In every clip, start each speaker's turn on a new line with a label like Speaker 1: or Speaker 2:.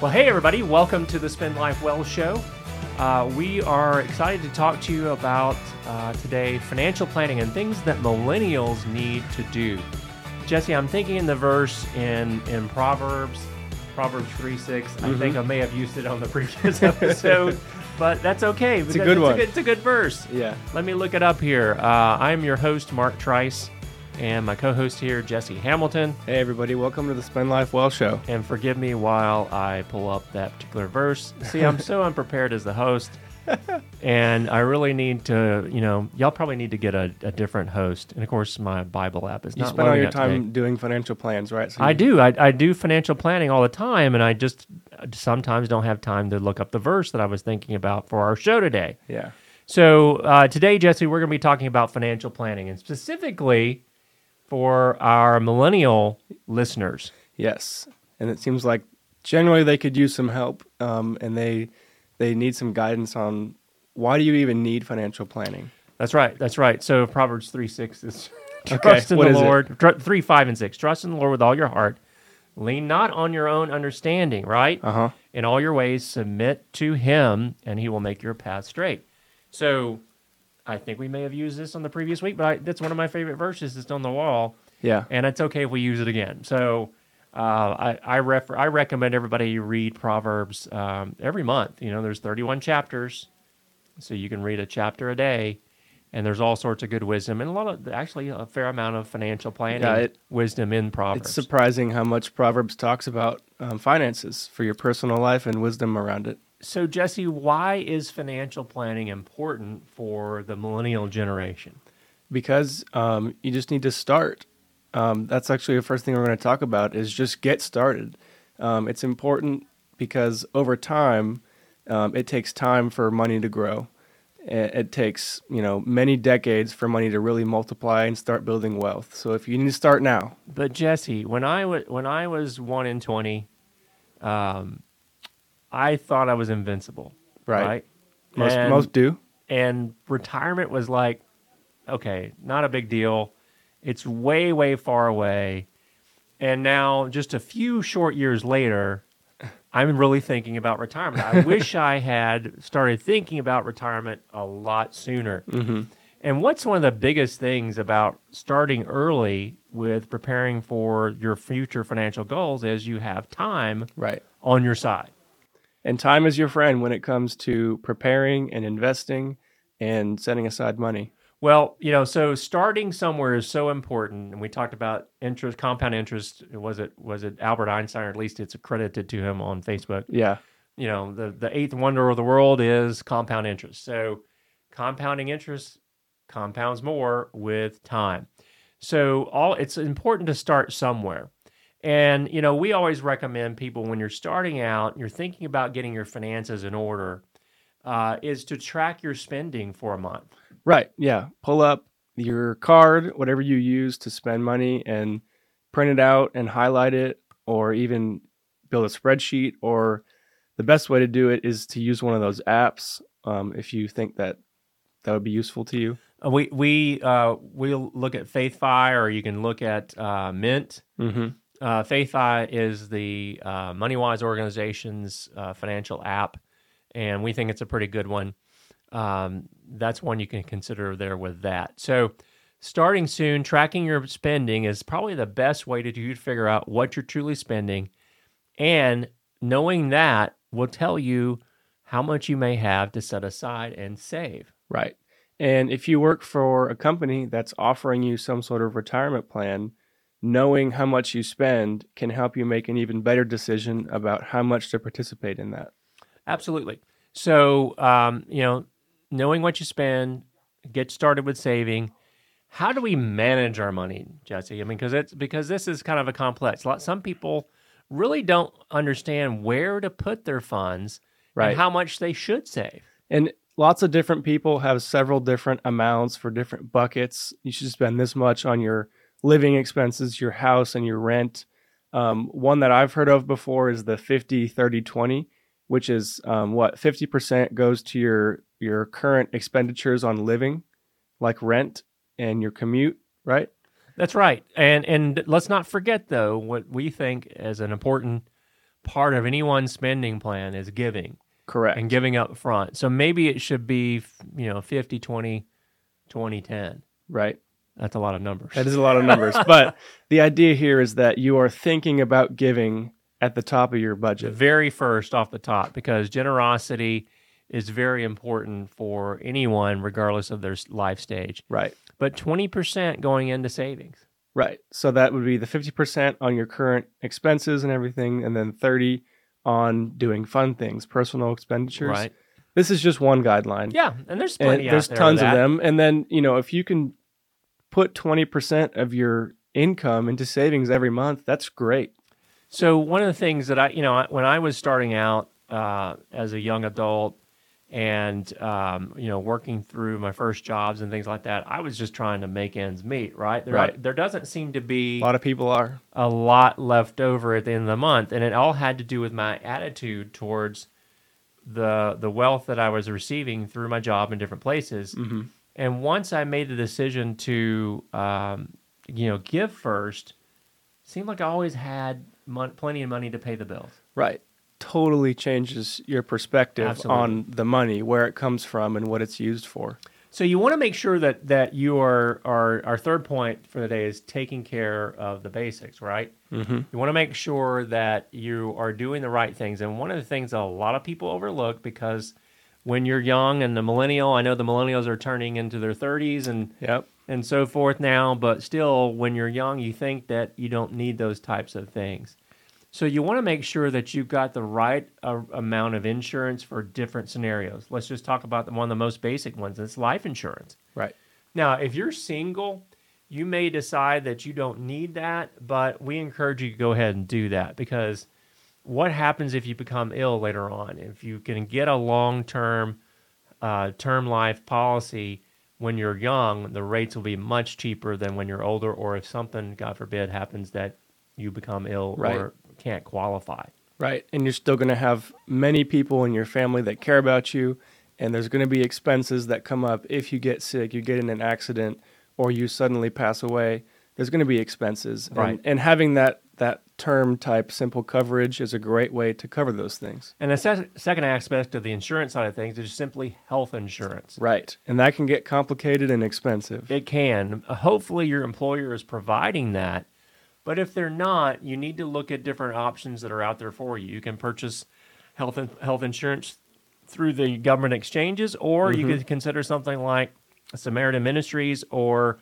Speaker 1: Well, hey, everybody, welcome to the Spend Life Well show. Uh, we are excited to talk to you about uh, today financial planning and things that millennials need to do. Jesse, I'm thinking in the verse in, in Proverbs, Proverbs 3 6. I
Speaker 2: Mm-hmm.
Speaker 1: think I may have used it on the previous episode, but that's okay. It's
Speaker 2: a good one.
Speaker 1: it's a good verse.
Speaker 2: Yeah.
Speaker 1: Let me look it up here. Uh, I'm your host, Mark Trice, and my co host here, Jesse Hamilton.
Speaker 2: Hey everybody, welcome to the Spend Life Well show.
Speaker 1: And forgive me while I pull up that particular verse. See, I'm so unprepared as the host. and I really need to, you know, y'all probably need to get a, a different host. And of course, my Bible app is
Speaker 2: You
Speaker 1: not
Speaker 2: spend all
Speaker 1: loading
Speaker 2: your
Speaker 1: up
Speaker 2: time
Speaker 1: today.
Speaker 2: doing financial plans, right? So
Speaker 1: I
Speaker 2: you-
Speaker 1: do. I, I do financial planning all the time, and I just uh, sometimes don't have time to look up the verse that I was thinking about for our show today.
Speaker 2: Yeah.
Speaker 1: So uh, today, Jesse, we're going to be talking about financial planning, and specifically for our millennial listeners.
Speaker 2: Yes. And it seems like generally they could use some help, um, and they they need some guidance on why do you even need financial planning?
Speaker 1: That's right. That's right. So Proverbs 3 6 is
Speaker 2: Okay,
Speaker 1: trust in
Speaker 2: what
Speaker 1: the
Speaker 2: is it?
Speaker 1: Lord. Tr- 3 5 and 6. Trust in the Lord with all your heart. Lean not on your own understanding, right?
Speaker 2: Uh huh.
Speaker 1: In all your ways, submit to him, and he will make your path straight. So I think we may have used this on the previous week, but I, that's one of my favorite verses. It's on the wall,
Speaker 2: Yeah.
Speaker 1: and it's okay if we use it again. So uh, I, I, refer, I recommend everybody read Proverbs um, every month. You know, there's 31 chapters so you can read a chapter a day and there's all sorts of good wisdom and a lot of actually a fair amount of financial planning
Speaker 2: Yeah, it-
Speaker 1: wisdom in
Speaker 2: It's
Speaker 1: proverbs
Speaker 2: surprising how much Proverbs talks about um, finances for your personal life and wisdom around it.
Speaker 1: so jesse why is financial planning important for the millennial generation
Speaker 2: because um, you just need to start. Um, that's actually the first thing we're going to talk about is just get started. Um, it's important because over time, um, it takes time for money to grow. It, it takes you know many decades for money to really multiply and start building wealth. So if you need to start now,
Speaker 1: but jesse when i was when i was 1 in 20 um, i thought i was invincible
Speaker 2: Right. most
Speaker 1: And-
Speaker 2: most do.
Speaker 1: and retirement was like, okay, not a big deal. It's way, way far away. And now, just a few short years later, I'm really thinking about retirement. I wish I had started thinking about retirement a lot sooner.
Speaker 2: Mm-hmm.
Speaker 1: And what's one of the biggest things about starting early with preparing for your future financial goals is you have time
Speaker 2: Right.
Speaker 1: on your side.
Speaker 2: And time is your friend when it comes to preparing and investing and setting aside money.
Speaker 1: Well, you know, so starting somewhere is so important, and we talked about interest, compound interest. Was it was it Albert Einstein, or at least it's accredited to him on Facebook?
Speaker 2: Yeah.
Speaker 1: You know, the the eighth wonder of the world is compound interest. So, compounding interest compounds more with time. So, all it's important to start somewhere. And you know, we always recommend people when you're starting out, you're thinking about getting your finances in order, uh, is to track your spending for a month.
Speaker 2: Right. Yeah. Pull up your card, whatever you use to spend money, and print it out and highlight it, or even build a spreadsheet. Or the best way to do it is to use one of those apps um, if you think that that would be useful to you.
Speaker 1: Uh, We we uh, we'll look at FaithFi, or you can look at uh, Mint.
Speaker 2: Mm-hmm.
Speaker 1: Uh, FaithFi is the uh, MoneyWise organization's uh, financial app, and we think it's a pretty good one. Um, that's one you can consider there with that. So, starting soon, tracking your spending is probably the best way to do to figure out what you're truly spending, and knowing that will tell you how much you may have to set aside and save.
Speaker 2: Right. And if you work for a company that's offering you some sort of retirement plan, knowing how much you spend can help you make an even better decision about how much to participate in that.
Speaker 1: Absolutely. So, um, you know, knowing what you spend, get started with saving. How do we manage our money, Jesse? I mean, because it's because this is kind of a complex. Lot some people really don't understand where to put their funds
Speaker 2: Right.
Speaker 1: and how much they should save.
Speaker 2: And lots of different people have several different amounts for different buckets. You should spend this much on your living expenses, your house, and your rent. Um, one that I've heard of before is the 50 30 20, which is um, what 50% goes to your, your current expenditures on living, like rent and your commute, right?
Speaker 1: That's right. And and let's not forget though what we think is an important part of anyone's spending plan is giving
Speaker 2: Correct.
Speaker 1: and giving up front. So maybe it should be, f- you know, 50, 20, 20, 10.
Speaker 2: right.
Speaker 1: That's a lot of numbers.
Speaker 2: That is a lot of numbers. but the idea here is that you are thinking about giving at the top of your
Speaker 1: the
Speaker 2: budget.
Speaker 1: very first off the top because generosity is very important for anyone, regardless of their s- life stage.
Speaker 2: Right.
Speaker 1: But 20% going into savings.
Speaker 2: Right. So that would be the 50% on your current expenses and everything, and then 30 on doing fun things, personal expenditures.
Speaker 1: Right.
Speaker 2: This is just one guideline.
Speaker 1: Yeah. And there's
Speaker 2: Mm. And
Speaker 1: plenty out
Speaker 2: there's
Speaker 1: there
Speaker 2: tons of
Speaker 1: that.
Speaker 2: them. And then, you know, if you can put 20% of your income into savings every month, that's great.
Speaker 1: So one of the things that I, you know, I- when I was starting out uh, as a young adult and um, you know working through my first jobs and things like that, I was just trying to make ends meet. Right. There,
Speaker 2: Right.
Speaker 1: there doesn't seem to
Speaker 2: A
Speaker 1: be
Speaker 2: lot of people are.
Speaker 1: a lot left over at the end of the month, and it all had to do with my attitude towards the the wealth that I was receiving through my job in different places.
Speaker 2: Mm-hmm.
Speaker 1: And once I made the decision to, um, you know, give first, seemed like I always had mon- plenty of money to pay the bills.
Speaker 2: Right. Totally changes your perspective
Speaker 1: Absolutely.
Speaker 2: on the money, where it comes from, and what it's used for.
Speaker 1: So you want to make sure that that you are are our third point for the day is taking care of the basics, right?
Speaker 2: Mm-hmm.
Speaker 1: You want to make sure that you are doing the right things. And one of the things that a lot of people overlook because when you're young and the millennial, I know the millennials are turning into their 30s and
Speaker 2: Yep.
Speaker 1: and so forth now, but still, when you're young, you think that you don't need those types of things. So you want to make sure that you've got the right uh, amount of insurance for different scenarios. Let's just talk about the, one of the most basic ones. It's life insurance.
Speaker 2: Right.
Speaker 1: Now, if you're single, you may decide that you don't need that, but we encourage you to go ahead and do that because what happens if you become ill later on? If you can get a long term uh, term life policy when you're young, the rates will be much cheaper than when you're older, or if something, God forbid, happens that you become ill
Speaker 2: Right.
Speaker 1: or can't qualify.
Speaker 2: Right. And you're still going to have many people in your family that care about you. And there's going to be expenses that come up if you get sick, you get in an accident, or you suddenly pass away. There's going to be expenses.
Speaker 1: Right.
Speaker 2: And, and having that, that term type simple coverage is a great way to cover those things.
Speaker 1: And the se- second aspect of the insurance side of things is simply health insurance.
Speaker 2: Right. And that can get complicated and expensive.
Speaker 1: It can. Hopefully, your employer is providing that. But if they're not, you need to look at different options that are out there for you. You can purchase health in- health insurance through the government exchanges, or you
Speaker 2: Mm-hmm.
Speaker 1: could consider something like Samaritan Ministries or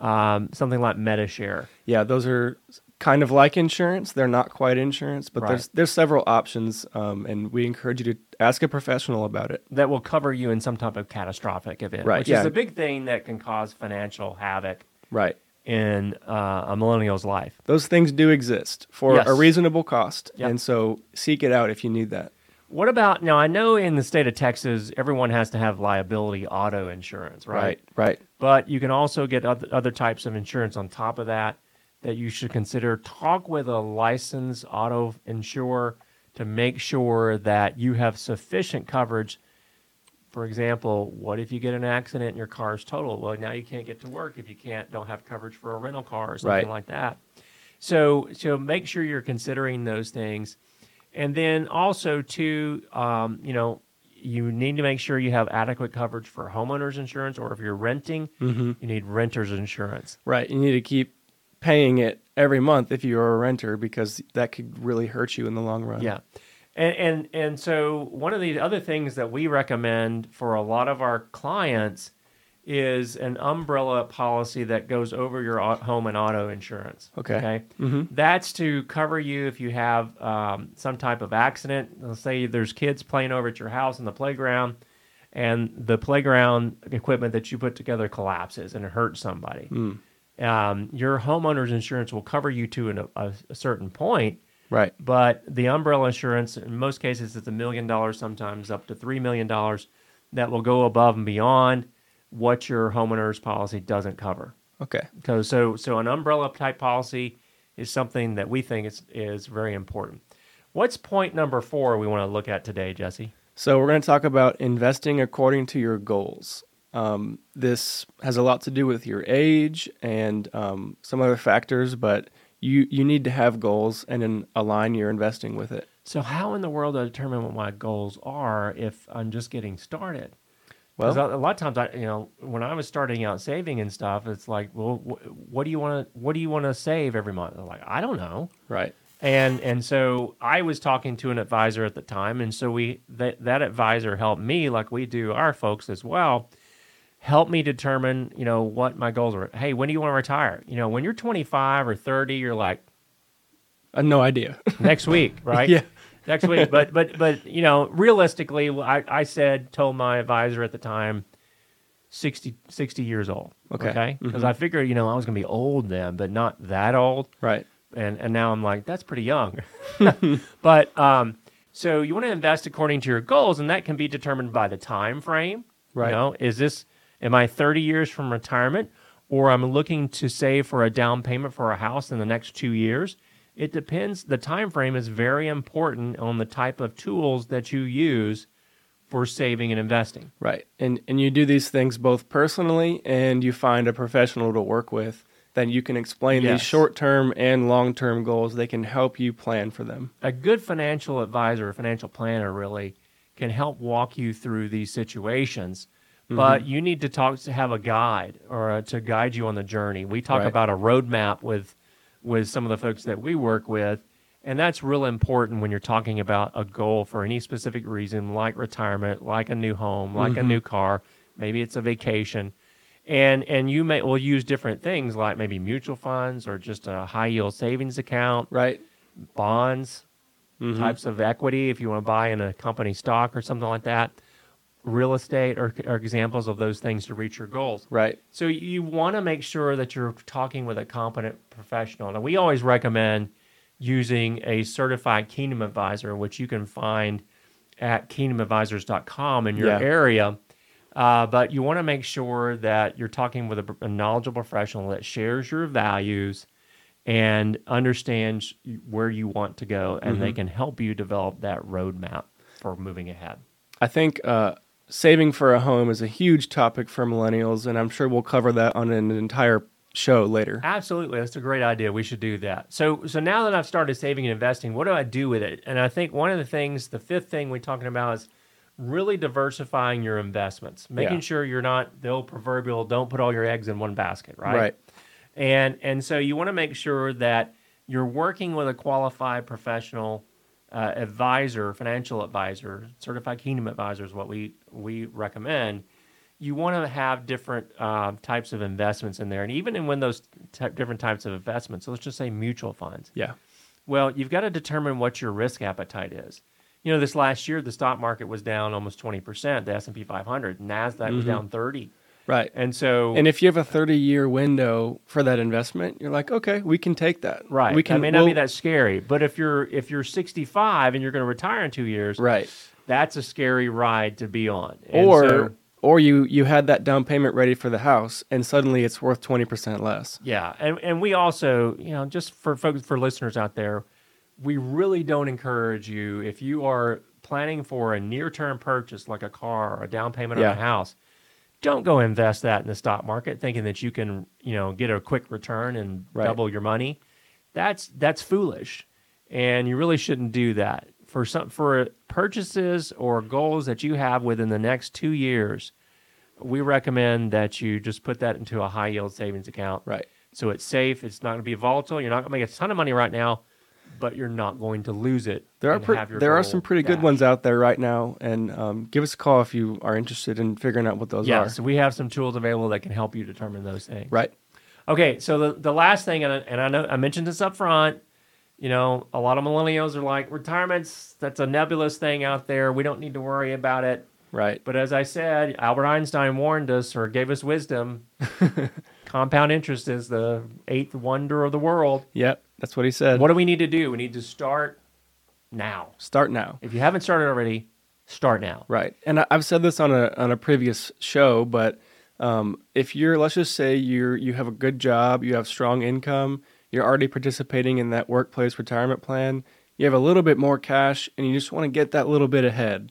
Speaker 1: um, something like MediShare.
Speaker 2: Yeah, those are kind of like insurance. They're not quite insurance, but
Speaker 1: Right.
Speaker 2: there's there's several options, um, and we encourage you to ask a professional about it.
Speaker 1: that will cover you in some type of catastrophic event,
Speaker 2: Right,
Speaker 1: which
Speaker 2: yeah.
Speaker 1: is a big thing that can cause financial havoc
Speaker 2: Right.
Speaker 1: in uh, a millennial's life.
Speaker 2: Those things do exist for
Speaker 1: Yes.
Speaker 2: a reasonable cost,
Speaker 1: Yep.
Speaker 2: and so seek it out if you need that.
Speaker 1: What about now? I know in the state of Texas, everyone has to have liability auto insurance, right?
Speaker 2: Right.
Speaker 1: But you can also get other, other types of insurance on top of that that you should consider. Talk with a licensed auto insurer to make sure that you have sufficient coverage. For example, what if you get in an accident and your car is total? Well, now you can't get to work if you can't don't have coverage for a rental car or something
Speaker 2: Right.
Speaker 1: like that. So so make sure you're considering those things, and then also too, um, you know, you need to make sure you have adequate coverage for homeowners insurance, or if you're renting, you need renters insurance.
Speaker 2: Right. You need to keep paying it every month if you're a renter because that could really hurt you in the long run.
Speaker 1: Yeah. And, and and so one of the other things that we recommend for a lot of our clients is an umbrella policy that goes over your au- home and auto insurance.
Speaker 2: Okay.
Speaker 1: Mhm. That's to cover you if you have um, some type of accident. Let's say there's kids playing over at your house in the playground, and the playground equipment that you put together collapses and it hurts somebody. Um, your homeowner's insurance will cover you to an, a, a certain point,
Speaker 2: Right.
Speaker 1: but the umbrella insurance in most cases it's a million dollars sometimes up to three million dollars that will go above and beyond what your homeowner's policy doesn't cover
Speaker 2: Okay.
Speaker 1: because so so an umbrella type policy is something that we think is is very important what's point number four we want to look at today jesse
Speaker 2: So we're going to talk about investing according to your goals. Um, this has a lot to do with your age and um, some other factors, but you you need to have goals and then align your investing with it.
Speaker 1: So how in the world do I determine what my goals are if I'm just getting started? Because
Speaker 2: Well,
Speaker 1: a lot of times, I you know, when I was starting out saving and stuff, it's like, well, wh- what do you want to what do you want to save every month? I'm like, I don't know.
Speaker 2: right.
Speaker 1: And and so I was talking to an advisor at the time, and so we that that advisor helped me, like we do our folks as well, help me determine, you know, what my goals were. Hey, when do you want to retire? You know, when you're 25 or 30, you're like
Speaker 2: Uh, no idea.
Speaker 1: next week, right?
Speaker 2: yeah.
Speaker 1: next week. But but but you know, realistically, I, I said told my advisor at the time, 60, 60 years old.
Speaker 2: Okay. Mm-hmm.
Speaker 1: because I figured you know I was gonna be old then, but not that old.
Speaker 2: Right.
Speaker 1: And and now I'm like that's pretty young. but um, so you want to invest according to your goals, and that can be determined by the time frame.
Speaker 2: Right.
Speaker 1: You know, is this am I 30 years from retirement? Or I'm looking to save for a down payment for a house in the next two years. It depends. The time frame is very important on the type of tools that you use for saving and investing.
Speaker 2: Right. And and you do these things both personally and you find a professional to work with that you can explain
Speaker 1: Yes.
Speaker 2: these short-term and long-term goals. They can help you plan for them.
Speaker 1: a good financial advisor, a financial planner really can help walk you through these situations. But you need to talk to have a guide or uh to guide you on the journey. We talk
Speaker 2: Right.
Speaker 1: about a roadmap with with some of the folks that we work with, and that's real important when you're talking about a goal for any specific reason, like retirement, like a new home, like a new car, maybe it's a vacation, and and you may will use different things like maybe mutual funds or just a high yield savings account
Speaker 2: Right?
Speaker 1: bonds, types of equity, if you want to buy in a company stock or something like that, real estate are, are examples of those things to reach your goals.
Speaker 2: Right.
Speaker 1: So you want to make sure that you're talking with a competent professional. And we always recommend using a certified Kingdom Advisor, which you can find at kingdomadvisors.com in your
Speaker 2: Yeah.
Speaker 1: area. Uh, but you want to make sure that you're talking with a, a knowledgeable professional that shares your values and understands where you want to go, and they can help you develop that roadmap for moving ahead.
Speaker 2: I think uh, saving for a home is a huge topic for millennials, and I'm sure we'll cover that on an entire show later.
Speaker 1: Absolutely, that's a great idea. We should do that. So, so now that I've started saving and investing, what do I do with it? And I think one of the things, the fifth thing we're talking about is really diversifying your investments, making
Speaker 2: Yeah.
Speaker 1: sure you're not the old proverbial "don't put all your eggs in one basket," right?
Speaker 2: Right.
Speaker 1: And and so you want to make sure that you're working with a qualified professional uh, advisor, financial advisor, certified kingdom advisor is what we we recommend. You want to have different uh, types of investments in there, and even in when those ty- different types of investments, so let's just say mutual funds.
Speaker 2: Yeah.
Speaker 1: Well, you've got to determine what your risk appetite is. You know, this last year the stock market was down almost twenty percent. The S and P 500, Nasdaq was down thirty,
Speaker 2: Right.
Speaker 1: and so
Speaker 2: And if you have a 30 year window for that investment, you're like, okay, we can take that.
Speaker 1: Right.
Speaker 2: We can.
Speaker 1: that may not be
Speaker 2: we'll-
Speaker 1: that scary, but if you're if you're 65 and you're going to retire in two years,
Speaker 2: Right.
Speaker 1: that's a scary ride to be on. And
Speaker 2: Or
Speaker 1: so-
Speaker 2: or you you had that down payment ready for the house, and suddenly it's worth 20 percent less.
Speaker 1: yeah, and and we also, you know, just for folks for listeners out there, we really don't encourage you if you are planning for a near term purchase like a car or a down payment
Speaker 2: Yeah.
Speaker 1: on a house. Don't go invest that in the stock market thinking that you can, you know, get a quick return and
Speaker 2: Right.
Speaker 1: double your money. That's that's foolish, and you really shouldn't do that for some for purchases or goals that you have within the next two years. We recommend that you just put that into a high yield savings account.
Speaker 2: Right.
Speaker 1: So it's safe. It's not going to be volatile. You're not going to make a ton of money right now, but you're not going to lose it.
Speaker 2: There are
Speaker 1: and
Speaker 2: pre-
Speaker 1: have your
Speaker 2: there are
Speaker 1: goal
Speaker 2: some pretty good
Speaker 1: dashed.
Speaker 2: ones out there right now, and um, give us a call if you are interested in figuring out what those
Speaker 1: Yeah.
Speaker 2: are.
Speaker 1: So we have some tools available that can help you determine those things.
Speaker 2: Right.
Speaker 1: Okay. So the, the last thing, and I, and I know I mentioned this up front. You know, a lot of millennials are like retirements. That's a nebulous thing out there. We don't need to worry about it.
Speaker 2: Right.
Speaker 1: But as I said, Albert Einstein warned us or gave us wisdom. Compound interest is the eighth wonder of the world.
Speaker 2: Yep. That's what he said.
Speaker 1: What do we need to do? We need to start now.
Speaker 2: Start now.
Speaker 1: If you haven't started already, start now.
Speaker 2: Right. And I- I've said this on a on a previous show, but um, if you're let's just say you're you have a good job, you have strong income, you're already participating in that workplace retirement plan, you have a little bit more cash and you just want to get that little bit ahead.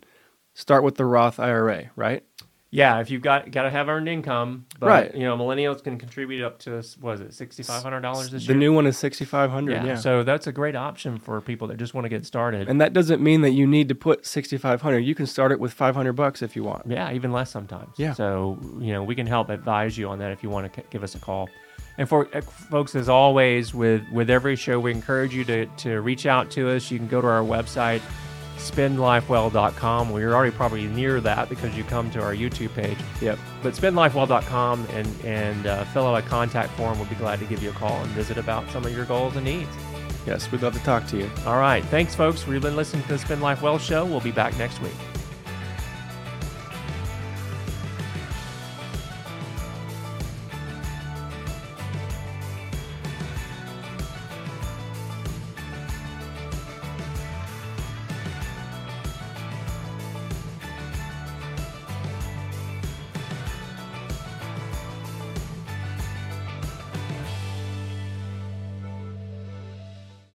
Speaker 2: Start with the Roth IRA, right?
Speaker 1: Yeah, if you've got got to have earned income, but,
Speaker 2: Right.
Speaker 1: You know, millennials can contribute up to was it sixty five hundred dollars this
Speaker 2: the
Speaker 1: year.
Speaker 2: new one is 6500
Speaker 1: yeah.
Speaker 2: yeah.
Speaker 1: so that's a great option for people that just want to get started.
Speaker 2: and that doesn't mean that you need to put 6500 you can start it with 500 bucks if you want
Speaker 1: yeah, even less sometimes.
Speaker 2: Yeah.
Speaker 1: So you know, we can help advise you on that if you want to c- give us a call. And for uh, folks, as always, with with every show, we encourage you to to reach out to us. You can go to our website, spendlifewell.com. Well, you're already probably near that because you come to our YouTube page.
Speaker 2: yep
Speaker 1: But spendlifewell.com and, and uh, fill out a contact form. We'll be glad to give you a call and visit about some of your goals and needs.
Speaker 2: yes we'd love to talk to you
Speaker 1: All right. Thanks, folks. We've been listening to the Spend Life Well show. We'll be back next week.